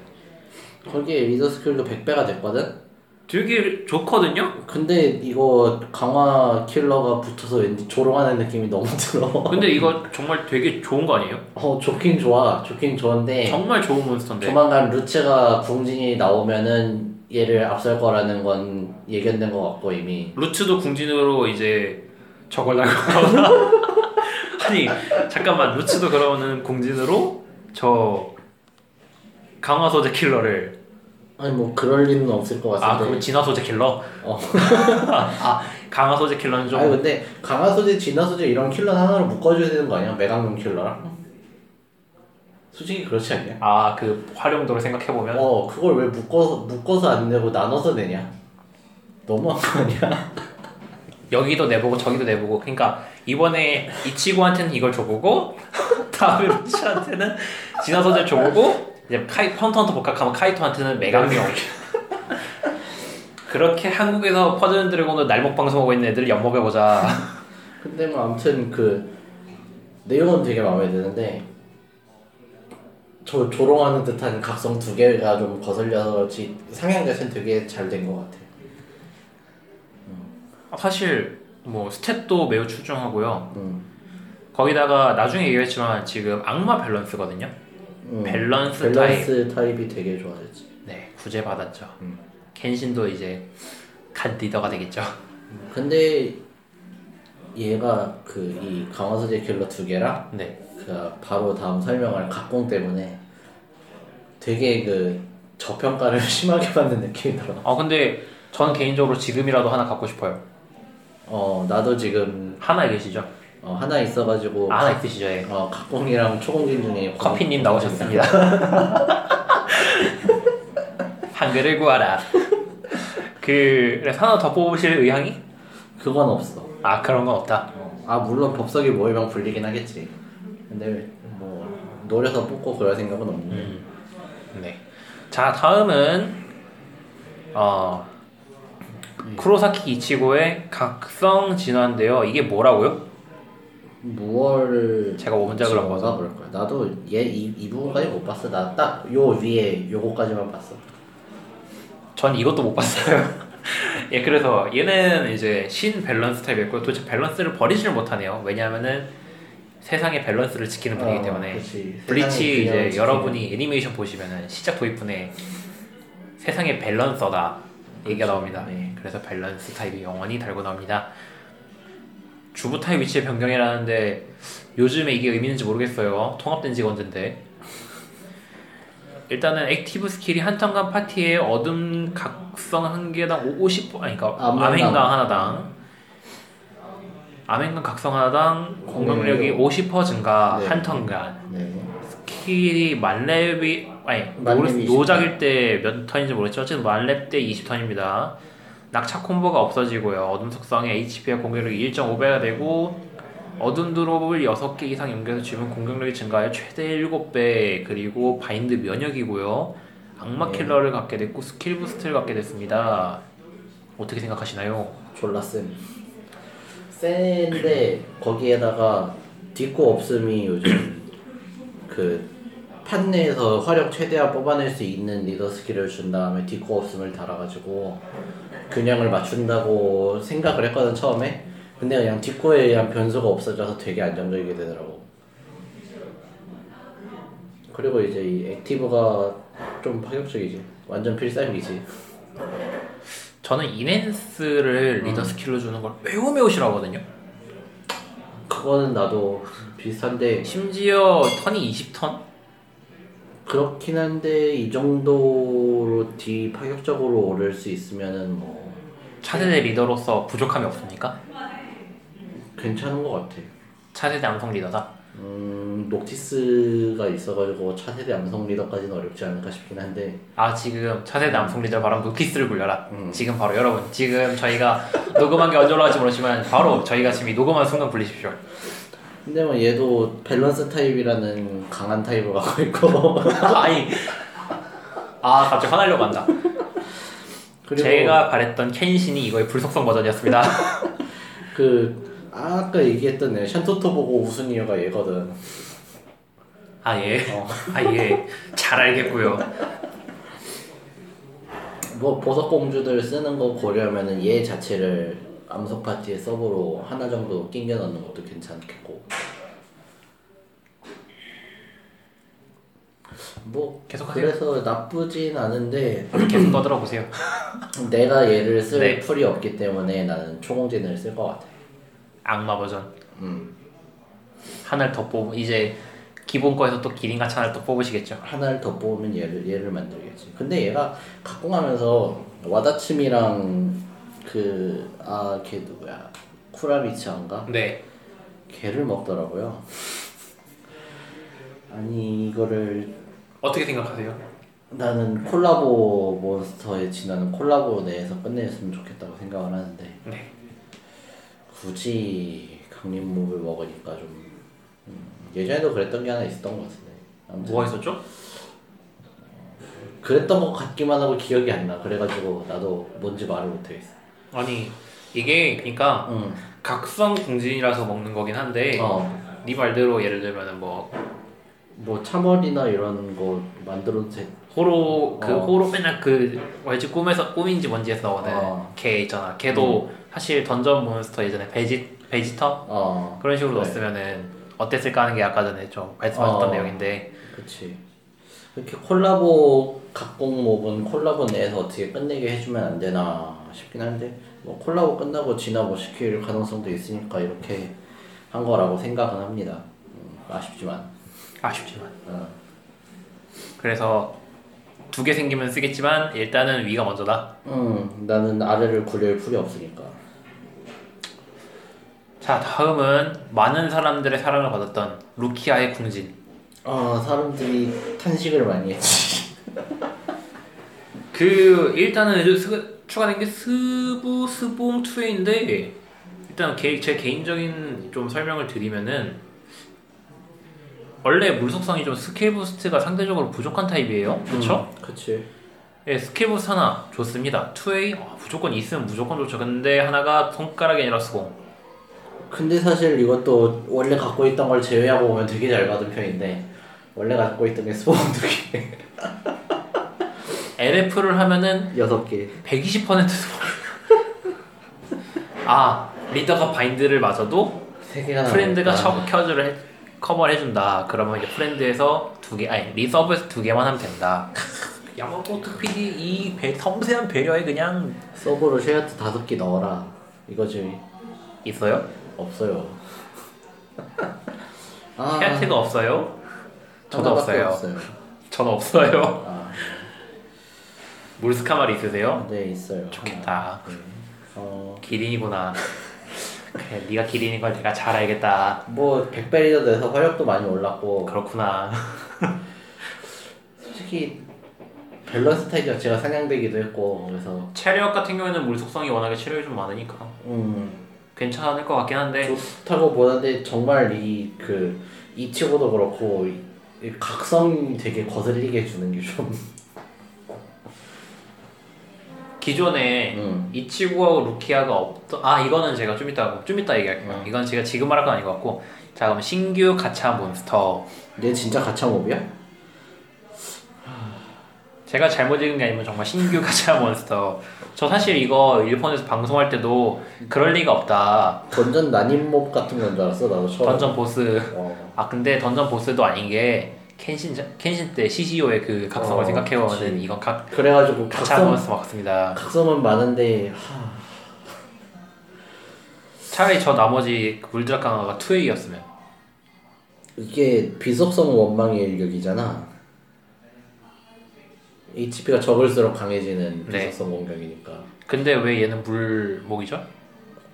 S2: 거기에 리더 스킬도 100배가 됐거든?
S1: 되게 좋거든요?
S2: 근데 이거 강화 킬러가 붙어서 왠지 조롱하는 느낌이 너무 들어.
S1: 근데 이거 정말 되게 좋은 거 아니에요?
S2: 어, 좋긴 좋아. 좋긴 좋은데.
S1: 네. 정말 좋은 몬스터인데.
S2: 조만간 루체가 궁진이 나오면은 얘를 앞설 거라는 건 예견된 것 같고 이미.
S1: 루츠도 궁진으로 이제 저걸 날고 아니, 잠깐만. 루츠도 그러면은 궁진으로 저 강화 소재 킬러를
S2: 아니 뭐 그럴 리는 없을 것
S1: 아,
S2: 같은데.
S1: 그거 진화 소재 킬러?
S2: 어.
S1: 아, 강화 소재 킬러는 좀
S2: 아니 근데 강화 소재, 진화 소재 이런 킬러 하나로 묶어줘야 되는 거 아니야? 매강용 킬러랑? 솔직히 그렇지 않냐?
S1: 아 그 활용도를 생각해 보면
S2: 어 그걸 왜 묶어서 묶어서 안 내고 나눠서 내냐? 너무한 거 아니야?
S1: 여기도 내보고 저기도 내보고 그러니까 이번에 이치고한테는 이걸 줘보고 다음에 루치한테는 진화소재 줘보고 이제 카이 헌터헌터 복학하면 카이토한테는 메가명 그렇게 한국에서 퍼즐 드래곤으로 날목 방송하고 있는 애들 엿먹여보자
S2: 근데 뭐 아무튼 그 내용은 되게 마음에 드는데 저 조롱하는 듯한 각성 두 개가 좀 거슬려서 그렇지 상향 자체는 되게 잘 된 것 같아.
S1: 사실 뭐 스탯도 매우 출중하고요
S2: 음.
S1: 거기다가 나중에 얘기했지만 지금 악마 밸런스거든요
S2: 음.
S1: 밸런스, 타입
S2: 밸런스 타입이 되게 좋아졌지.
S1: 네 구제받았죠
S2: 음.
S1: 켄신도 이제 갓 리더가 되겠죠
S2: 근데 얘가 그 이 강화소재 킬러 두 개랑
S1: 네
S2: 그 바로 다음 설명할 각공 때문에 되게 그 저평가를 심하게 받는 느낌이 들어.
S1: 아 근데 저는 개인적으로 지금이라도 하나 갖고 싶어요.
S2: 어 나도 지금
S1: 하나 계시죠?
S2: 어, 하나 있어가지고
S1: 아, 하나 있으시죠? 예.
S2: 어 각공이랑 초공진
S1: 뭐,
S2: 중에
S1: 커피님 나오셨습니다. 한글을 구하라. 그 그래서 하나 더 뽑으실 의향이?
S2: 그건 없어.
S1: 아 그런 건 없다.
S2: 어, 아 물론 법석이 모이면 불리긴 하겠지. 근데 뭐 노려서 뽑고 그럴 생각은 없는데.
S1: 음. 네. 자 다음은 어 음. 쿠로사키 이치고의 각성 진화인데요. 이게 뭐라고요?
S2: 무얼
S1: 제가 뭐 원작을 안 봐서.
S2: 그럴 거야. 나도 얘 이 이 부분까지 못 봤어. 나 딱 요 위에 요거까지만 봤어.
S1: 전 이것도 못 봤어요. 예, 그래서 얘는 이제 신 밸런스 타입이었고 도대체 밸런스를 버리지를 못하네요. 왜냐하면은 세상의 밸런스를
S2: 어, 아,
S1: 지키는 분이기 때문에 블리치 이제 여러분이 애니메이션 보시면은 시작 도입분에 세상의 밸런서다 얘기가 나옵니다. 예,
S2: 네.
S1: 그래서 밸런스 타입이 영원히 달고 나옵니다. 주부 타입 위치의 변경이라는데 요즘에 이게 의미 있는지 모르겠어요. 통합된 지가 언젠데. 일단은 액티브 스킬이 한턴간 파티에 어둠 각성 한 개당 50 아니 그러니까
S2: 암행강.
S1: 암행강 하나당 암행강 각성 하나당 공격력이 50% 증가
S2: 네.
S1: 한 턴간
S2: 네.
S1: 스킬이 만렙이 아니
S2: 만렙이
S1: 모르-
S2: 20
S1: 노작일 때 몇 턴인지 모르겠지만 어쨌든 만렙 때 20턴입니다. 낙차 콤보가 없어지고요. 어둠 속성에 HP와 공격력이 1.5배가 되고 어둠 드롭을 6개 이상 연결해서 주면 공격력이 증가하여 최대 7배 그리고 바인드 면역이고요. 악마
S2: 네.
S1: 킬러를 갖게 됐고 스킬 부스트를 갖게 됐습니다. 어떻게 생각하시나요?
S2: 졸라 센. 센데 거기에다가 딛고 없음이 요즘 그 판내에서 화력 최대한 뽑아낼 수 있는 리더 스킬을 준 다음에 딛고 없음을 달아가지고 균형을 맞춘다고 생각을 했거든 처음에. 근데 그냥 딛고에 의한 변수가 없어져서 되게 안정적이게 되더라고. 그리고 이제 이 액티브가 좀 파격적이지. 완전 필살기지.
S1: 저는 이넨스를
S2: 음.
S1: 리더 스킬로 주는 걸 매우 매우 싫어하거든요.
S2: 그거는 나도 비슷한데
S1: 심지어 턴이 20턴?
S2: 그렇긴 한데 이 정도로 뒤 파격적으로 오를 수 있으면은 뭐
S1: 차세대 리더로서 부족함이 없습니까?
S2: 괜찮은 것 같아.
S1: 차세대 암성 리더다.
S2: 음 녹티스가 있어가지고 차세대 암성 리더까지는 어렵지 않을까 싶긴 한데
S1: 아 지금 차세대 암성 리더 바람 노키스를 굴려라.
S2: 음.
S1: 지금 바로 여러분 지금 저희가 녹음한 게 언제 올라갈지 모르지만 바로 저희가 지금 이 녹음한 순간 굴리십시오.
S2: 근데 뭐 얘도 밸런스 타입이라는 강한 타입을 갖고 있고
S1: 아니 아 갑자기 화나려고 한다.
S2: 그리고
S1: 제가 바랬던 켄신이 이거의 불속성 버전이었습니다.
S2: 그 아까 얘기했던 애 샨토토 보고 웃은 이유가 얘거든.
S1: 아 예.
S2: 어.
S1: 아 예. 잘 알겠고요.
S2: 뭐 보석 공주들 쓰는 거 고려하면은 얘 자체를 암석 파티의 서브로 하나 정도 낑겨 넣는 것도 괜찮겠고. 뭐
S1: 계속하세요.
S2: 그래서 나쁘진 않은데
S1: 계속 떠들어 보세요.
S2: 내가 얘를 쓸
S1: 네.
S2: 풀이 없기 때문에 나는 초공진을 쓸 것 같아.
S1: 악마 버전
S2: 음
S1: 하나를 더 뽑. 이제 기본 거에서 또 기린과 찬을 또 뽑으시겠죠.
S2: 하나를 더 뽑으면 얘를 얘를 만들겠지. 근데 얘가 갖고 가면서 와다침이랑 그, 그아걔 누구야 쿠라미치인가
S1: 네.
S2: 개를 먹더라고요. 아니 이거를
S1: 어떻게 생각하세요?
S2: 나는 콜라보 몬스터에 지나는 콜라보 내에서 끝냈으면 좋겠다고 생각을 하는데
S1: 네.
S2: 굳이 강림묵을 먹으니까 좀 음, 예전에도 그랬던 게 하나 있었던 것 같은데 아무튼
S1: 뭐가 있었죠?
S2: 그랬던 것 같기만 하고 기억이 안 나 그래가지고 나도 뭔지 말을 못하겠어.
S1: 아니 이게 그러니까
S2: 응.
S1: 각성 궁진이라서 먹는 거긴 한데
S2: 어.
S1: 네 말대로 예를 들면은 뭐
S2: 뭐 참월이나 이런 거 만들어도 돼.
S1: 호로 그
S2: 어.
S1: 호로 맨날 그 뭐지 꿈에서 꿈인지 뭔지에서 나오는
S2: 어. 음.
S1: 걔 있잖아. 걔도 사실 던전 몬스터 예전에 베지 베지터
S2: 어.
S1: 그런 식으로
S2: 그래.
S1: 넣었으면은 어땠을까 하는 게 아까 전에 좀 말씀하셨던
S2: 어.
S1: 내용인데
S2: 그치. 이렇게 콜라보 각공 몹은 콜라보 내에서 어떻게 끝내게 해주면 안 되나 싶긴 한데 뭐 콜라보 끝나고 진압을 시킬 가능성도 있으니까 이렇게 한 거라고 생각은 합니다. 음, 아쉽지만.
S1: 아쉽지만
S2: 어.
S1: 그래서 두 개 생기면 쓰겠지만 일단은 위가 먼저다.
S2: 음, 나는 아래를 구릴 풀이 없으니까.
S1: 자 다음은 많은 사람들의 사랑을 받았던 루키아의 궁진.
S2: 아 사람들이 탄식을 많이 했지.
S1: 그 일단은 요즘 스- 추가된 게 스부 스봉 2인데 일단 개, 제 개인적인 좀 설명을 드리면은 원래 물속성이 좀 스킬 부스트가 상대적으로 부족한 타입이에요. 그렇죠?
S2: 음, 그치.
S1: 예, 스킬 부스트 하나 좋습니다. 2A 아, 무조건 있으면 무조건 좋죠. 근데 하나가 손가락이 아니라 수공.
S2: 근데 사실 이것도 원래 갖고 있던 걸 제외하고 보면 되게 잘 받은 편인데 원래 갖고 있던 게 스포 두 개,
S1: LF를 하면은
S2: 여섯 개.
S1: 120% 수공. 아 리더가 바인드를 맞아도
S2: 세 개가
S1: 프렌드가 첫
S2: 나오니까.
S1: 켜주를 해- 커버를 해준다. 그러면 이제 프렌드에서 두 개, 아니 리서브에서 두 개만 하면 된다. 야마모토 PD 이 배- 섬세한 배려에 그냥
S2: 서브로 쉐아트 다섯 개 넣어라 이거지
S1: 있어요?
S2: 없어요 아,
S1: 헤아트가 없어요? 저도
S2: 하나밖에
S1: 없어요. 전 없어요.
S2: 아,
S1: 몰스카 말 있으세요?
S2: 네 있어요
S1: 좋겠다.
S2: 하나. 네. 어,
S1: 기린이구나. 그래, 네가 기린인 걸 내가 잘 알겠다. 어,
S2: 뭐 백배리도 돼서 활력도 많이 올랐고
S1: 그렇구나.
S2: 솔직히 밸런스 타입 자체가 상향되기도 했고 그래서
S1: 체력 같은 경우에는 물 속성이 워낙에 체력이 좀 많으니까
S2: 음
S1: 괜찮을 것 같긴 한데
S2: 좋다고 보는데 정말 이 그 이치고도 그렇고 이- 이 각성이 되게 거슬리게 주는 게좀
S1: 기존에
S2: 음.
S1: 이치구하고 루키아가 없던 아 이거는 제가 좀 이따 좀 이따 얘기할게요.
S2: 음.
S1: 이건 제가 지금 말할 건 아닌 것 같고 자 그럼 신규 가차 몬스터
S2: 얘 진짜 가차몹이야?
S1: 제가 잘못 읽은 게 아니면 정말 신규 가차 몬스터 저 사실 이거 일본에서 방송할 때도 그럴 리가 없다
S2: 던전 난임몹 같은 건 줄 알았어 나도 처음
S1: 던전 보스
S2: 어.
S1: 아 근데 던전 보스도 아닌 게 켄신 켄신 때 시시오의 그 각성을
S2: 어,
S1: 생각해보면은
S2: 그치.
S1: 이건 각
S2: 그래가지고
S1: 가차
S2: 각성
S1: 몬스터 맞습니다.
S2: 각성은 많은데 하,
S1: 차라리 저 나머지 그 울드라 강화가 2A였으면
S2: 이게 비속성 원망의 일격이잖아 HP가 적을수록 강해지는
S1: 네.
S2: 비속성 공격이니까
S1: 근데 왜 얘는 물목이죠?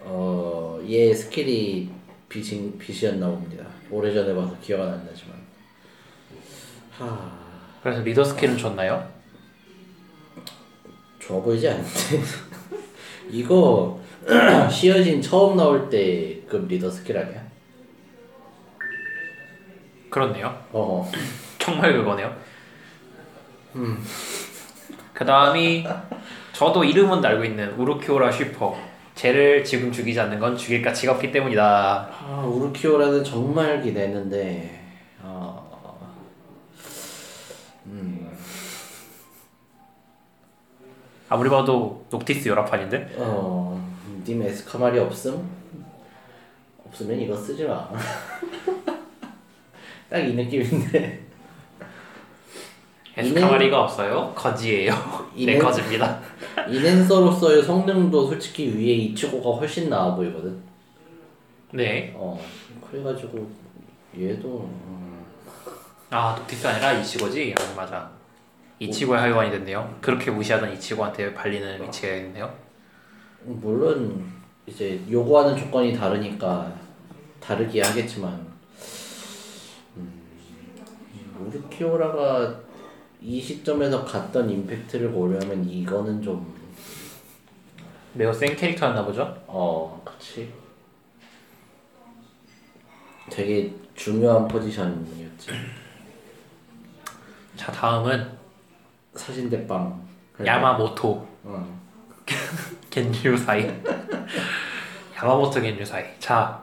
S2: 어, 얘 스킬이 빛이, 빛이었나 봅니다. 오래전에 봐서 기억은 안 나지만. 하,
S1: 그래서 리더 스킬은 줬나요?
S2: 좋아 보이지 않는데. 이거, 시어진 처음 나올 때급 그 리더 스킬 아니야?
S1: 그렇네요.
S2: 어,
S1: 정말 그거네요.
S2: 음.
S1: 그 다음이 저도 이름은 알고 있는 우르키오라 슈퍼. 쟤를 지금 죽이지 않는 건 죽일 가치가 없기 때문이다.
S2: 아, 우르키오라는 정말 기대했는데, 어,
S1: 아무리 봐도 녹티스 열화판인데
S2: 어, 님 에스카말이 없음? 없으면 이거 쓰지 마. 딱 이 느낌인데.
S1: 에스카마리가 없어요. 거지예요. 네
S2: 이는-
S1: 거지입니다.
S2: 이넨서로서의 성능도 솔직히 위에 이치고가 훨씬 나아 보이거든.
S1: 네.
S2: 어 그래가지고 얘도 음,
S1: 아 녹티스 아니라 이치고지. 아, 맞아. 이치고의 하요관이 됐네요. 그렇게 무시하던 이치고한테 발리는 위치가 있네요.
S2: 물론 이제 요구하는 조건이 다르니까 다르게 하겠지만 음, 우르키오라가 이 시점에서 갔던 임팩트를 고려하면 이거는
S1: 매우 센 캐릭터였나 보죠?
S2: 좀어 그치 되게 중요한 포지션이었지
S1: 자 다음은
S2: 사신대빵
S1: 야마모토
S2: 응.
S1: 겐류사이 야마모토 겐류사이 자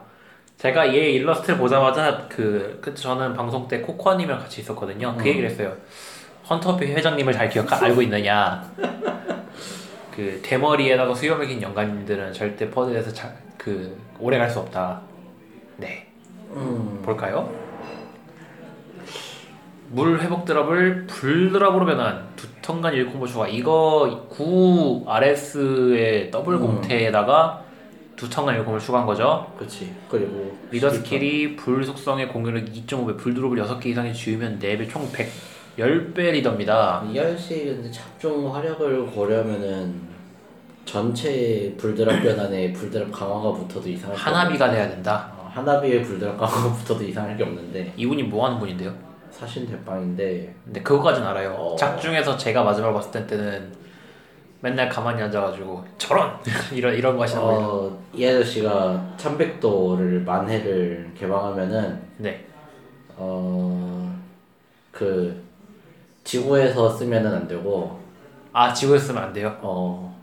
S1: 제가 얘 일러스트를 보자마자 그, 그 저는 방송 때 코코아님이랑 같이 있었거든요 그 얘기를 했어요 헌터비 회장님을 잘 기억 알고 있느냐 그 대머리에다가 수염을 긴 영감님들은 절대 퍼즐에서 자, 그 오래 갈 수 없다 네
S2: 음,
S1: 볼까요? 물 회복 드랍을 불 드랍으로 변한 두턴간 일콤보 추가 이거 9 RS의 더블
S2: 음.
S1: 공태에다가 두턴간 일콤을 추가한 거죠
S2: 그렇지. 그리고
S1: 리더 스킬이 불 속성의 공격력 2.5배 불 드롭을 6개 이상에 지으면 4배 총 100, 10배 리더입니다
S2: 아, 이하열 씨 근데 잡종 활약을 고려하면은 전체 불드랍 변환에 불드랍 강화가 붙어도 이상할 게 없-
S1: 하나비가 돼야 된다
S2: 어, 하나비에 불드랍 강화가 붙어도 이상할 게 없는데
S1: 이분이 뭐하는 분인데요?
S2: 사신 대빵인데
S1: 근데 그거까진 알아요
S2: 어.
S1: 작중에서 제가 마지막으로 봤을 때는 맨날 가만히 앉아가지고 저런! 이런, 이런 거 하시는 분이
S2: 어, 이하열 씨가 참백도를 만해를 개방하면은
S1: 네.
S2: 어그 지구에서 쓰면은 안 되고
S1: 아 지구에 쓰면 안 돼요?
S2: 어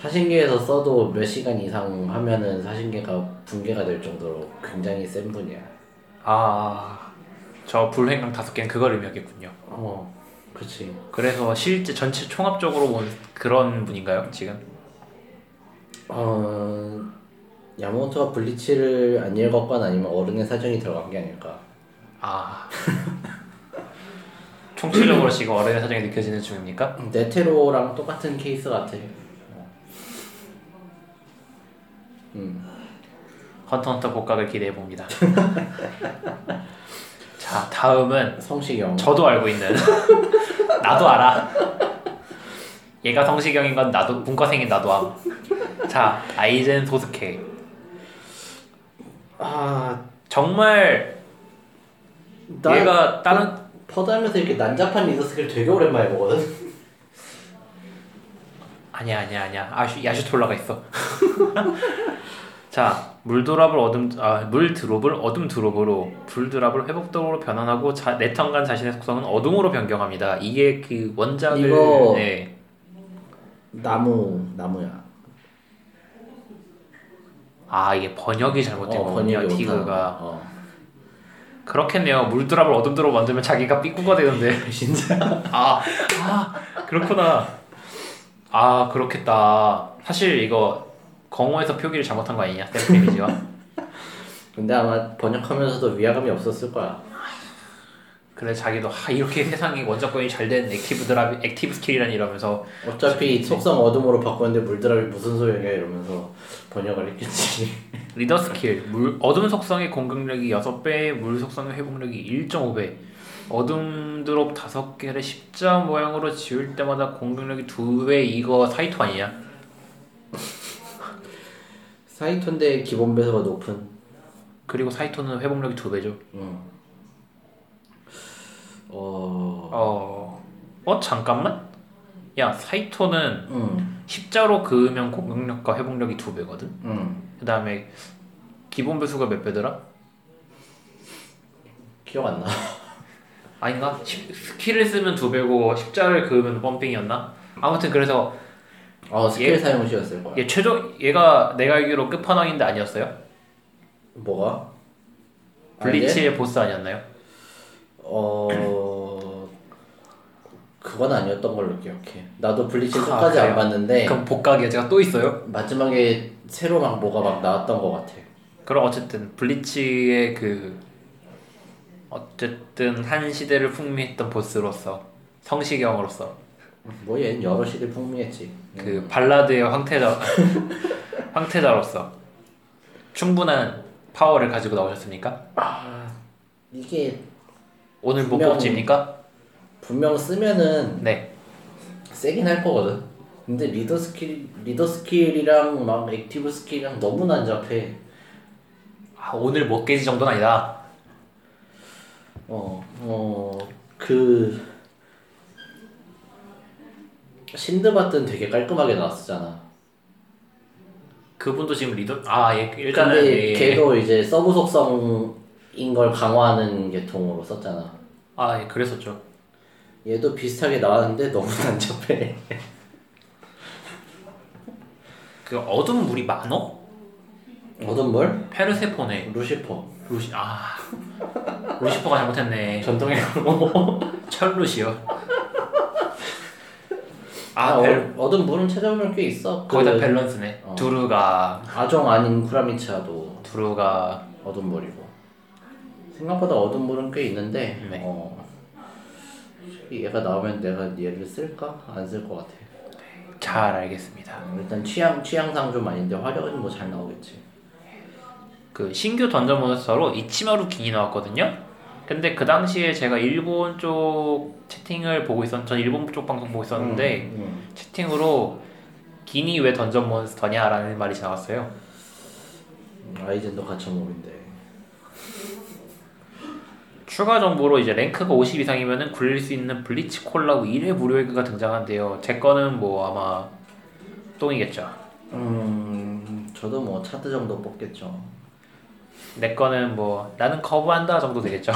S2: 사신계에서 써도 몇 시간 이상 하면은 사신계가 붕괴가 될 정도로 굉장히 센 분이야.
S1: 아, 아저 불행강 다섯 개는 그걸 의미하겠군요.
S2: 어, 그렇지.
S1: 그래서 실제 전체 총합적으로 본 그런 분인가요 지금?
S2: 어 야모토가 블리치를 안 읽었거나 아니면 어른의 사정이 들어간 게 아닐까.
S1: 아 총체적으로 지금 어른의 사정이 느껴지는 중입니까?
S2: 네테로랑 똑같은 케이스 같아. 음.
S1: 헌터헌터 복각을 기대해 봅니다. 자 다음은
S2: 성시경.
S1: 저도 알고 있는 나도 알아. 얘가 성시경인 건 나도 문과생인 나도 함. 자 아이젠 소스케
S2: 아,
S1: 정말
S2: 나
S1: 얘가 다른
S2: 퍼다면서 이렇게 난잡한 리더스를 되게 오랜만에 보거든.
S1: 아니야 아니야 아니야 아슈 야슈톨라가 있어. 자 물드랍을 어둠 아, 물 드롭을 어둠 드롭으로 불 드랍을 회복도로 변환하고 자, 내턴간 자신의 속성은 어둠으로 변경합니다. 이게 그 원작을
S2: 이거-
S1: 네.
S2: 나무, 나무야.
S1: 아 이게 번역이 잘못된 거군요.
S2: 어, 번역이
S1: 티그가
S2: 못하는 거. 어.
S1: 그렇겠네요. 물드랍을 어둠드로 만들면 자기가 삐꾸가 되는데. 진짜? 아, 아, 그렇구나. 아, 그렇겠다. 사실 이거 공호에서 표기를 잘못한 거 아니냐, 샘플 이미지가.
S2: 근데 아마 번역하면서도 위화감이 없었을 거야.
S1: 그래, 자기도, 아, 이렇게 세상이 원작권이 잘 된 액티브 드랍, 액티브 스킬이란 이러면서.
S2: 어차피 속성 어둠으로 바꿨는데 물드랍이 무슨 소용이야 이러면서 번역을 했겠지.
S1: 리더 스킬, 물, 어둠 속성의 공격력이 6배, 물 속성의 회복력이 1.5배. 어둠 드롭 5개를 십자 모양으로 지울 때마다 공격력이 2배, 이거 사이토 아니냐?
S2: 사이톤데 기본 배수가 높은.
S1: 그리고 사이토는 회복력이 2배죠.
S2: 음. 어.
S1: 어, 어 잠깐만. 야 사이토는
S2: 음.
S1: 십자로 그으면 공격력과 회복력이 두 배거든.
S2: 음.
S1: 그다음에 기본 배수가 몇 배더라?
S2: 기억 안 나.
S1: 아닌가? 십- 스킬을 쓰면 두 배고 십자를 그으면 펌핑이었나? 아무튼 그래서
S2: 어 스킬 사용 시였을 거야.
S1: 얘 최종 얘가 내가 알기로 끝판왕인데 아니었어요?
S2: 뭐가? 아닌데? 네?
S1: 블리치의 보스 아니었나요?
S2: 어 그건 아니었던 걸로 기억해. 나도 블리치
S1: 아,
S2: 끝까지 안
S1: 그래요?
S2: 봤는데
S1: 그럼 복각 여제가 또 있어요?
S2: 마지막에 새로 막 뭐가 막 나왔던 것 같아.
S1: 그럼 어쨌든 블리치의 그 어쨌든 한 시대를 풍미했던 보스로서 성시경으로서
S2: 뭐 얘는 여러 시대 풍미했지.
S1: 그
S2: 음.
S1: 발라드의 황태자 황태자로서 충분한 파워를 가지고 나오셨습니까?
S2: 이게
S1: 오늘 뭐
S2: 분명-
S1: 뽑집니까?
S2: 분명 쓰면은
S1: 네.
S2: 세긴 할 거거든. 근데 리더 스킬 리더 스킬이랑 막 액티브 스킬이랑 너무 난잡해.
S1: 아, 오늘 못 깨지 정도는 아니다.
S2: 어, 어어그 신드바트는 되게 깔끔하게 나왔었잖아. 그분도
S1: 지금 리더 아 예. 일단은
S2: 근데
S1: 예, 예.
S2: 걔도 이제 서브 속성인 걸 강화하는 계통으로 썼잖아.
S1: 아 예, 그랬었죠.
S2: 얘도 비슷하게 나왔는데 너무 난잡해.
S1: 그 어둠 물이 많어?
S2: 어떤 뭘?
S1: 페르세포네.
S2: 루시퍼.
S1: 루시 아 루시퍼가 잘못했네.
S2: 전통의
S1: 철루시요.
S2: 아,
S1: 아, 벨,
S2: 어, 어떤 물은 찾아보면 꽤 있어.
S1: 거의 다
S2: 그
S1: 밸런스네.
S2: 어.
S1: 두루가,
S2: 아정 아닌 쿠라미차도
S1: 두루가.
S2: 어둠 물이고 생각보다 어둠 물은 꽤 있는데
S1: 네.
S2: 어, 얘가 나오면 내가 얘를 쓸까 안 쓸 것 같아.
S1: 잘 알겠습니다.
S2: 어, 일단 취향 취향상 좀 아닌데 화력은 뭐 잘 나오겠지.
S1: 그 신규 던전 몬스터로 이치마루 킹이 나왔거든요. 근데 그 당시에 제가 일본 쪽 채팅을 보고 있었, 전 일본 쪽 방송 보고 있었는데
S2: 음,
S1: 채팅으로 기니 왜 던전 몬스터냐라는 말이 지나갔어요.
S2: 음. 아이젠도 가천목인데
S1: 추가 정보로 이제 랭크가 50 이상이면은 굴릴 수 있는 블리치 콜라우 1회 무료 에그가 등장한대요. 제 거는 뭐 아마 똥이겠죠.
S2: 음 저도 뭐 차트 정도 뽑겠죠.
S1: 내 거는 뭐 나는 커브한다 정도 되겠죠.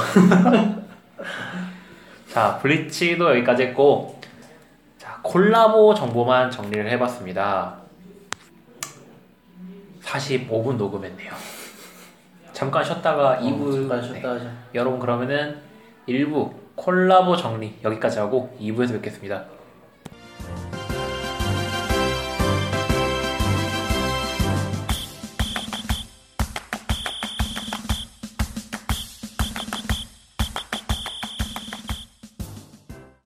S1: 자 블리치도 여기까지 했고 자 콜라보 정보만 정리를 해봤습니다. 45분 녹음했네요. 잠깐 쉬었다가
S2: 어,
S1: 2부
S2: 잠깐 쉬었다 하자.
S1: 여러분 그러면은 1부 콜라보 정리 여기까지 하고 2부에서 뵙겠습니다.